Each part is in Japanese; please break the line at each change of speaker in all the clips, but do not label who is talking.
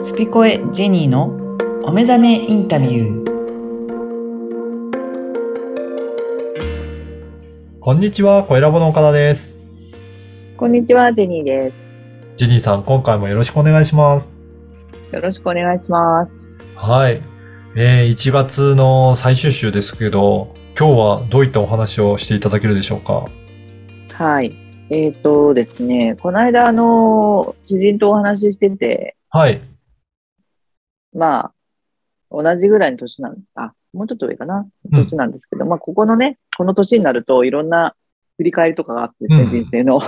スピコエジェニーのお目覚めインタビュー。
こんにちは、小ラボの岡田です。
こんにちは、ジェニーで
ジェニーさん、今回もよろしくお願いします。
す。よろしくお願いします。
はい。えー、1月の最終週ですけど、今日はどういったお話をしていただけるでしょうか
はい。えっ、とですね、この間、あの、知人とお話ししてて、
はい。
まあ、同じぐらいの年なん、あ、もうちょっと上かな、
うん
年なんですけど、まあ、ここのね、この年になるといろんな振り返りとかがあってですね、
うん
人生の。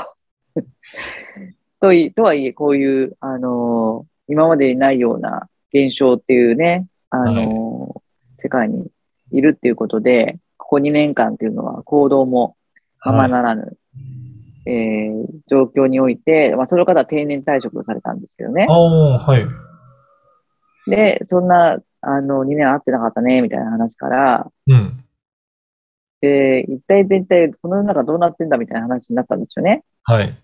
とい、とはいえ、こういう、あのー今までにないような現象っていうね、あのー世界にいるっていうことで、ここ2年間っていうのは行動もままならぬ、えー状況において、まあ、その方は定年退職をされたんですけどね
あ。あ、はい。
で、そんな、あの、2年会ってなかったね、みたいな話から、
うん。
で、一体全体、この世の中どうなってんだ、みたいな話になったんですよね。
はい。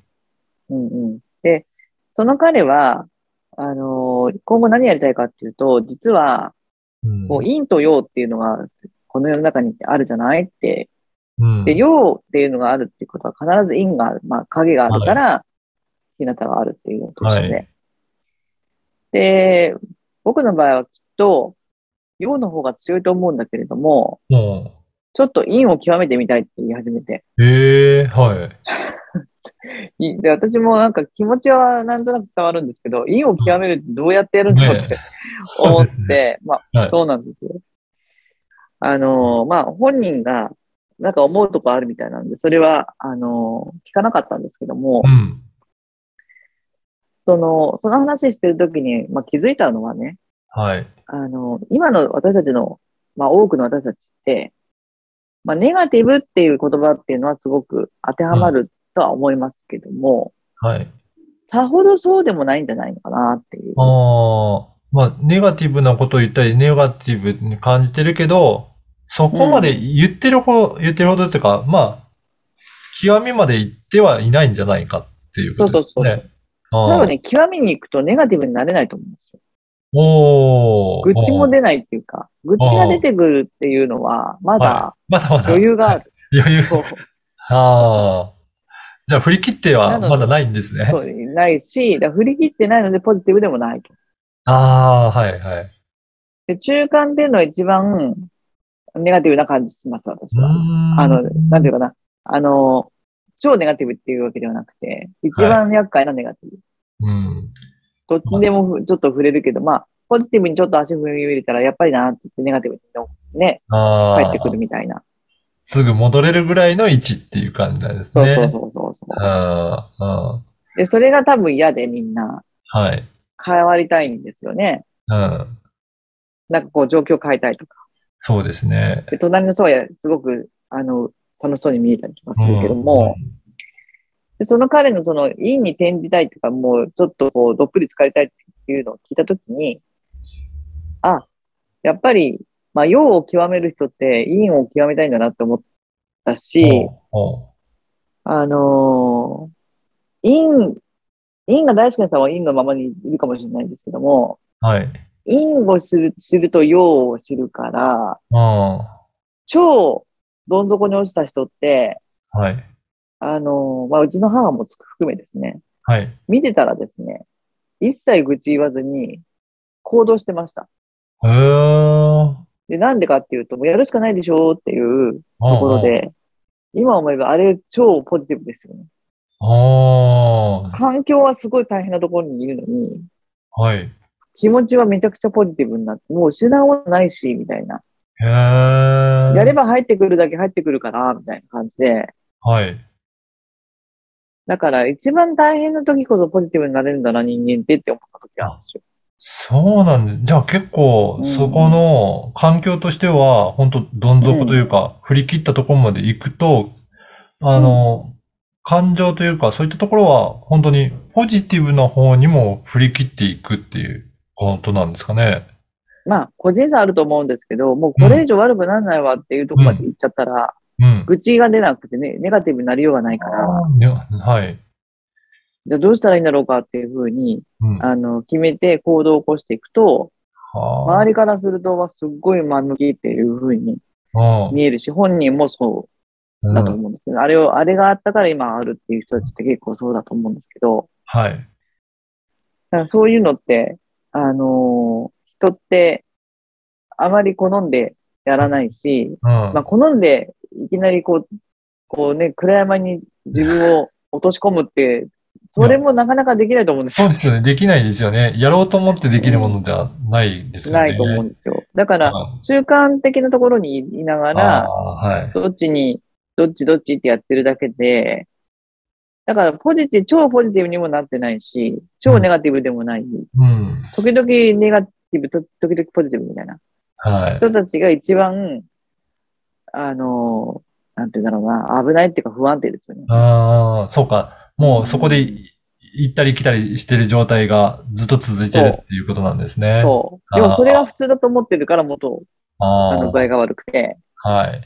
うんうん。で、その彼は、あの今後何やりたいかっていうと、実は、
うん
こう、陰と陽っていうのが、この世の中にあるじゃないって。
うん
で、陽っていうのがあるっていうことは、必ず陰がある、まあ、影があるから、日向があるっていうことですよね。
は
で、僕の場合はきっと、陽の方が強いと思うんだけれども、
うん
ちょっと陰を極めてみたいって言い始めて。
ええはい。
いで私もなんか気持ちはなんとなく伝わるんですけど、陰を極めるってどうやってやるんだろうって
ね
思
そう
っ
ですね
て、ま
はい
あ、そうなんですよ。あのー、まあ、本人がなんか思うとこあるみたいなんで、それは、あのー、聞かなかったんですけども
う、ん。
その、その話してる時に、まあ、気づいたのはね、
はい。
あの、今の私たちの、まあ多くの私たちって、まあネガティブっていう言葉っていうのはすごく当てはまるとは思いますけども、
はい。
さほどそうでもないんじゃないのかなっていう。
ああ、まあ、ネガティブなことを言ったり、ネガティブに感じてるけど、そこまで言ってるほど、言ってるほどっていうか、まあ、極みまで言ってはいないんじゃないかっていうことです
そうそう
ね。あ
多
あ
分ね、極みに行くとネガティブになれないと思うんですよ。
おー
愚痴も出ないっていうか、愚痴が出てくるっていうのは、まだ
まだまだ。
余裕がある。
余裕。
そう、
ああ。じゃあ、振り切っては
なので
まだないんですね。
そうないし、だから振り切ってないのでポジティブでもないと。
ああ、はい、はい。
で中間っていうのは一番ネガティブな感じします、私
うー
は。
ん。
あの、なんていうかな。あの、超ネガティブっていうわけではなくて、一番厄介なネガティブ。
うん。
どっちでもふちょっと触れるけど、まあ、ポジティブにちょっと足踏み入れたら、やっぱりなって言ってネガティブにね、
あ
帰っ
あ
て。くるみたいな。
すぐ戻れるぐらいの位置っていう感じなんです
そう
ね。
そうそうそうそう、
ああ、あ
で、それが多分嫌でみんな
あはい。
変わりたいんですよね。
うん。
なんかこう状況変えたいとか。
そうですね。
で、隣の人はすごく、あの、楽しそうに見えたりとかするけども、でその彼のその、陰に転じたいとか、もうちょっとこう、どっぷり疲れたいっていうのを聞いたときに、あ、やっぱり、まあ、陽を極める人って陰を極めたいんだなって思った
うん、
し、
おう
あのー陰、陰が大好きな人は陰のままにいるかもしれないんですけども、
おうはい。
陰を知る知ると陽を知るから、
うん。は
超どん底に落ちた人って、
い。
あのーまあ、うちの母も含めですね、
はい。
見てたらですね、一切愚痴言わずに行動してました。
へー。
で、なんでかっていうと、もうやるしかないでしょうっていう
と
ところ。で、今思えばあれ超ポジティブですよね。
ああ。
環境はすごい大変なところにいるのに、
はい。へ
気持ちはめちゃくちゃポジティブになって、もう失うものないし、みたいな。
ー。
やれば入ってくるだけ入ってくるから、みたいな感じで。
はい。
だから一番大変な時こそポジティブになれるんだな、人間ってって思った時あるんですよ。
そうなんです。じゃあ結構、
うん
そこの環境としては、本当どん底というか、振り切ったところまで行くと、あの、感情というか、そういったところは、本当にポジティブな方にも振り切っていくっていうことなんですかね。
まあ、個人差あると思うんですけど、もうこれ以上悪くならないわっていうところまで行っちゃったら、
うん。
愚痴が出なくてね、ネガティブになりようがないから、
ねはい。
じゃあどうしたらいいんだろうかっていうふうに、
うん。
あの、決めて行動を起こしていくと、
は
周りからすると、わすっごい前向きっていうふうに
あ。。
見えるし、本人もそううん
う
だと
ん。
思うんですけど、あれを、あれがあったから今あるっていう人たちって結構そうだと思うんですけど、
はい。
だからそういうのって、あのー人ってあまり好んでやらないし、
うん。
まあ、好んでいきなりこう、こうね、暗山に自分を落とし込むって、それもなかなかできないと思うんです
そう
よ。
ですよね。できないですよね。やろうと思ってできるものではないですよね。
ないと思うん
う
ですよ。だ
か
か、
ら
習慣的なところにいながら、
はい。
どっちに、どっちどっちってやってるだけで、だからポジティブ、超ポジティブにもなってないし、超ネガティブでもない。
うん。
時々ネガティブ、と時々ポジティブみたいな
はい。
人たちが一番、あの、なんて言うんだろうな、危ないっていうか不安定ですよね。
ああ、そうか。もうそこで行ったり来たりしてる状態がずっと続いてるっていうことなんですね。
そう。でもそれが普通だと思ってるから元、あ
あ
の具合が悪くて、
あ、はい。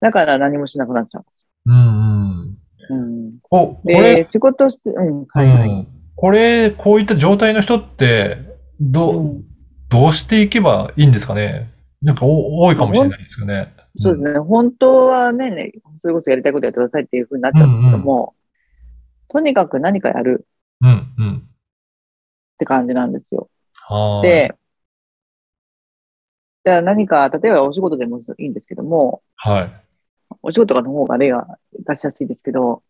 だから何もしなくなっちゃうんで
うんうん。
す。うん、
お、こ
で、
れ、
仕事して、うん、
う
はいはい。
ん。これ、こういった状態の人って、
う
ど、
ん
どうしていけばいいんですかねなんかお多いかもしれないですよね。
そうですね。本当はね、ねそれこそやりたいことやってくださいっていうふうになっちゃうんですけども、とにかく何かやる
うん、うん。
って感じなんですよ。
はーい、
で、じゃあ何か、例えばお仕事でもいいんですけども、
はい。
お仕事の方が例が出しやすいですけど、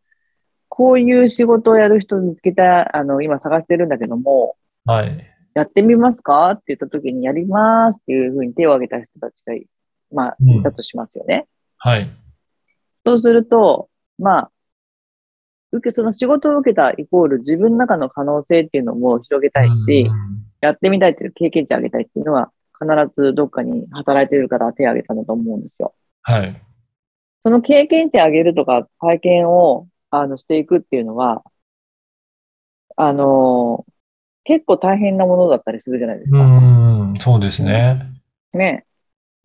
こういう仕事をやる人見つけた、あの、今探してるんだけども、
はい。
やってみますかって言った時にやりますっていうふうに手を挙げた人たちがい、まあ、
うん
いたとしますよね。
はい。
そうすると、まあ、受け、その仕事を受けたイコール自分の中の可能性っていうのも広げたいし
う、ん
やってみたいっていう経験値上げたいっていうのは、必ずどっかに働いてるから手を挙げたんだと思うんですよ。
はい。
その経験値上げるとか、体験を、あの、していくっていうのは、あのー結構大変なものだったりするじゃないです
う
か。
ん、そうですね。
ね。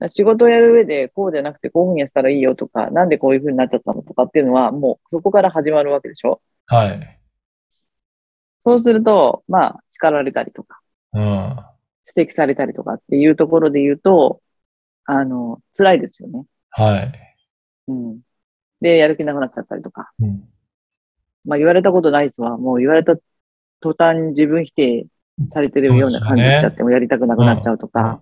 仕事をやる上で、こうじゃなくて、こういうふうにやったらいいよとか、なんでこういうふうになっちゃったのとかっていうのは、もうそこから始まるわけでしょ
はい。
そうすると、まあ、叱られたりとか、
うん。
指摘されたりとかっていうところで言うと、あの、辛いですよね。
はい。
うん。で、やる気なくなっちゃったりとか。
うん
まあ、言われたことない人は、もう言われた途端に自分否定されてるような感じしちゃって、もうやりたくなくなっちゃうとか。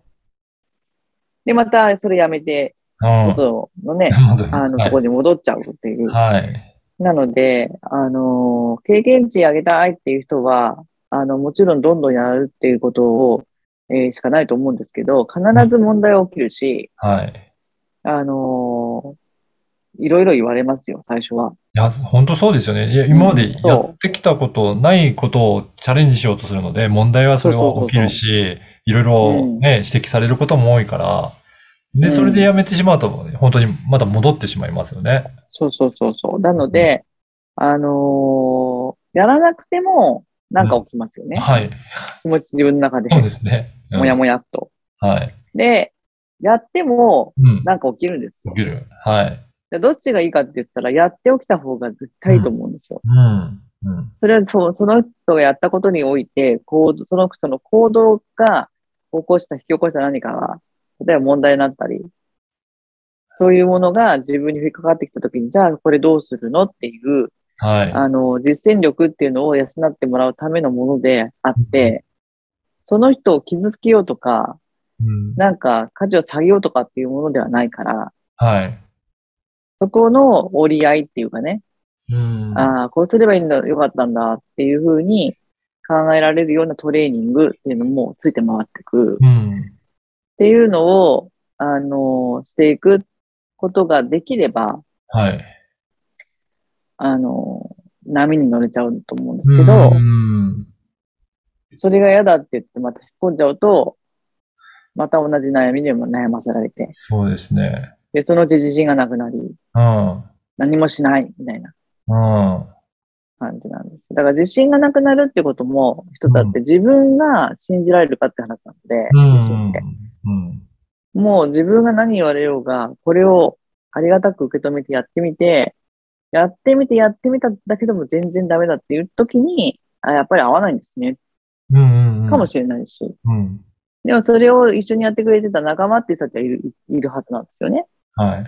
で、また、それやめて、
うん。
元のね、あの、
はい
ところに戻っちゃうっていう。
はい。
なので、あの、経験値上げたいっていう人は、あの、もちろんどんどんやるっていうことを、えーしかないと思うんですけど、必ず問題は起きるし、
はい。
あのーいろいろ言われますよ、最初は。
いや、本当そうですよね。いや、今までやってきたこと、ないことをチャレンジしようとするので、問題はそれは起きるし、いろいろね、指摘されることも多いから、
う
で、
ん
それでやめてしまうと、本当にまた戻ってしまいますよね。
そうそうそうそう。なので、あのーやらなくても、なんか起きますよね。
はい。
気持ち自分の中で
そ、うですね。うん
もやもやっと。
はい。
で、やっても、
うん。
なんか起きるんです
起
よ
き。る。はい。
でどっちがいいかって言ったら、やって起きた方が絶対いいと思うんですよ。
うん。うん。
それはそう、その人がやったことにおいて、行動その人の行動が起こした、引き起こした何かが、例えば問題になったり、そういうものが自分に降りかかってきたときに、じゃあこれどうするのっていう、
はい。
あの、実践力っていうのを養ってもらうためのものであって、その人を傷つけようとか、
うん
なんか価値を下げようとかっていうものではないから、
はい。
そこの折り合いっていうかね、
うん。
ああ、こうすればいいんだ、よかったんだっていうふうに考えられるようなトレーニングっていうのもついて回ってくっ
うん。
ていうのを、あの、していくことができれば、
はい。
あの、波に乗れちゃうと思うんですけど
う、ん。
それが嫌だって言ってまた引っ込んじゃうと、また同じ悩みでも悩ませられて、
そうですね。
で、そのうち自信がなくなり、
うん。
何もしないみたいな
うん。
感じなんです。だから自信がなくなるってことも、人だって自分が信じられるかって話なので、
うん
自信って。
うん。
もう自分が何言われようが、これをありがたく受け止めてやってみて、やってみてやってみただけでも全然ダメだっていう時に、あやっぱり合わないんですね。
うんうんうん。
かもしれないし。
うん。
でもそれを一緒にやってくれてた仲間っていう人たちはいるいるはずなんですよね。
はい。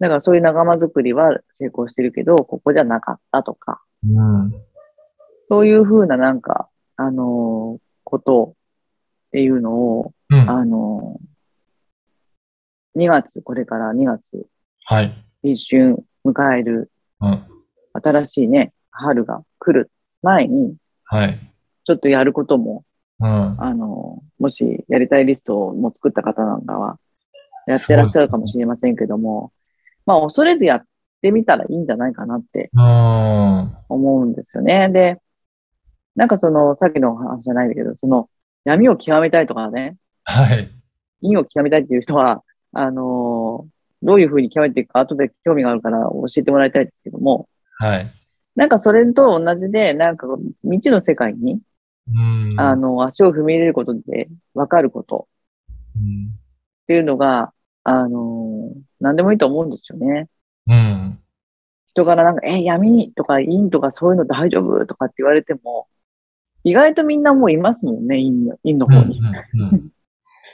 だからそういう仲間づくりは成功してるけど、ここじゃなかったとか、
うん。
そういうふうななんか、あのーことっていうのを、
うん。
あのー2月、これから2月、
はい。
立春迎える
うん。
新しいね、春が来る前に、
はい。
ちょっとやることも、
うん。
あのーもしやりたいリストをもう作った方なんかは、やってらっしゃるかもしれませんけども、まあ恐れずやってみたらいいんじゃないかなって
うん。うん。
思うんですよね。で、なんかその、さっきの話じゃないんだけど、その、闇を極めたいとかね、
はい。
陰を極めたいっていう人は、あのーどういうふうに極めていくか、後で興味があるから教えてもらいたいですけども、
はい。
なんかそれと同じで、なんか未知の世界に、
うん。
あの、足を踏み入れることで分かること
うん。
っていうのが、あのー何でもいいと思うんですよね。
うん。
人からなんか、え、闇とか陰とかそういうの大丈夫とかって言われても、意外とみんなもういますもんね、陰の陰の
うん。う
方に。
んうん。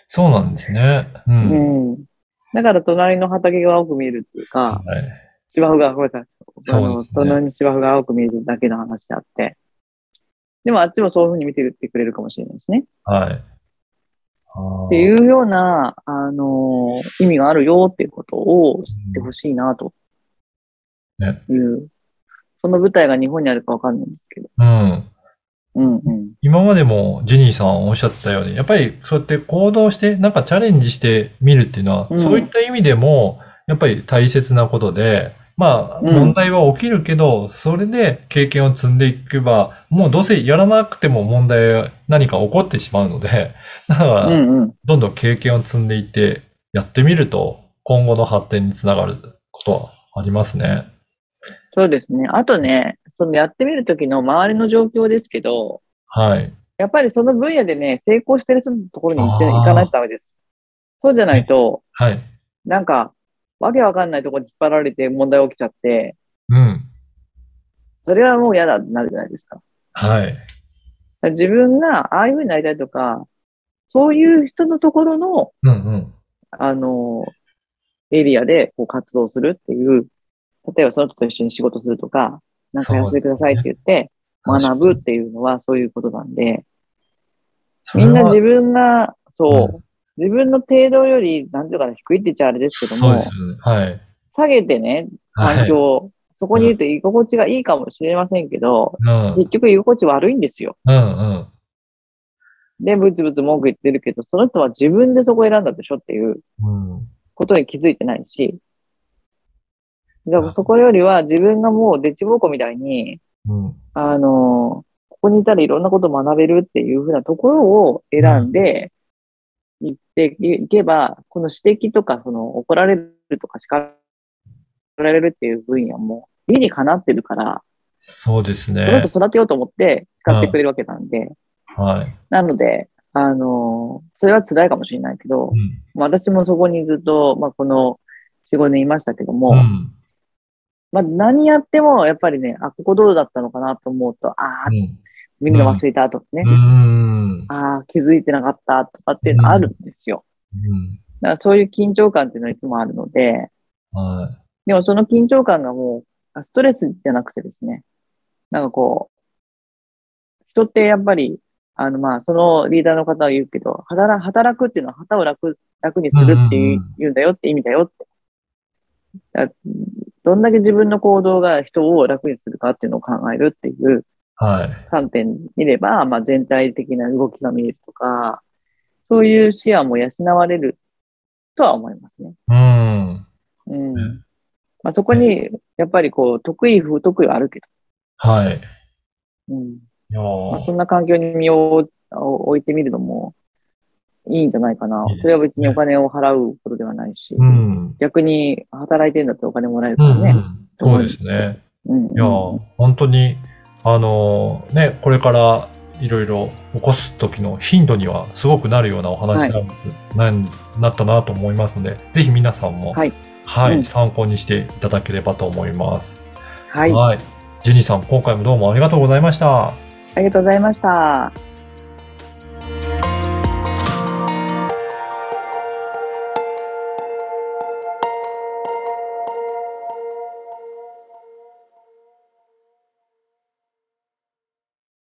そうなんですね。うん。
うん。だから隣の畑が青く見えるっていう
は
か、
い。
芝生が、ごめんなさい。あ
そう
の、
ですね
隣の芝生が青く見えるだけの話であって。でもあっちもそういうふうに見てるってくれるかもしれないですね。
はい。あー
っていうような、あのー意味があるよっていうことを知ってほしいなと。
うん
いう。その舞台が日本にあるかわかんないんですけど。
うん。
うんうん。
今までもジェニーさんおっしゃったように、やっぱりそうやって行動して、なんかチャレンジしてみるっていうのは、
うん
そういった意味でも、やっぱり大切なことで、まあ、
うん
問題は起きるけど、それで経験を積んでいけば、もうどうせやらなくても問題は何か起こってしまうので、 だか
う
ら、
んうん。
どんどん経験を積んでいって、やってみると、今後の発展につながることはありますね。
そうですね。あとね、そのやってみるときの周りの状況ですけど、
はい。
やっぱりその分野でね、成功してる人のところに行って
あー
行かないとダメです。そうじゃないと、
はい。
なんか、わけわかんないところに引っ張られて問題起きちゃって、
うん。
それはもう嫌だってなるじゃないですか。だか
はい。
ら自分がああいうふうになりたいとか、そういう人のところの、
うんうん。
あの、エリアでこう活動するっていう、例えばその人と一緒に仕事するとか、なんかやってくださいって言って、学ぶっていうのはそういうことなんで、
それ
み
は
んな自分が、
う
そう、自分の程度より、なんていうかな、低いって言っちゃあれですけど
そうで
も
す、よね。はい。
下げてね、環境を、そこにいると居心地がいいかもしれませんけど、
はい。うん。
結局居心地悪いんですよ。
うんうん。
で、ブツブツ文句言ってるけど、その人は自分でそこ選んだでしょっていう
うん。
ことに気づいてないし、だからそこよりは自分がもうデッチボコみたいに、
うん。
あの、ここにいたらいろんなこと学べるっていうふうなところを選んで、行っていけば、この指摘とか、その怒られるとか叱られるっていう分野も、理にかなってるから、
そうです
その
ね。
人育てようと思って使ってくれるわけなんで、
はい。
なので、あの、それは辛いかもしれないけど
う、ん。
まあ私もそこにずっと、まあこの4、5年いましたけども、
うん。
まあ何やってもやっぱりね、あ、ここどうだったのかなと思うと、ああ
う、ん。
みんな忘れたとかね、
うん。
ああ、気づいてなかったとかっていうのあるんですよ。
うん。
だからそういう緊張感っていうのはいつもあるので、
は
でもその緊張感がもう、ストレスじゃなくてですね、なんかこう、人ってやっぱり、あのまあ、そのリーダーの方は言うけど、働働くっていうのは旗を楽楽にするってい
うんう
ううん
ん
言うんだよって意味だよって。だどんだけ自分の行動が人を楽にするかっていうのを考えるっていう
い。はい。
観点見れば、まあ、全体的な動きが見えるとか、そういう視野も養われるとは思いますね。
うん。
う
ん。
んまあ、そこに、やっぱりこう、得意、不得意はあるけ
はい。い
ど、うん。
や
まあ、
ー
そんな環境に身を置いてみるのもいいんじゃないかな
うん。
それは別にお金を払うことではないし、
うん。
逆に働いてんだったらお金もらえる
う
から
んう
ね。
ん。そうですね。
うん。
いやー本当に、あのーね、これからいろいろ起こす時の頻度にはすごくなるようなお話なんななったなと思いますので、ぜひ皆さんも、
はい
はい、
うん
参考にしていただければと思います。
はい。
ジェニーさん、今回もどうもありがとうございました。
ありがとうございました。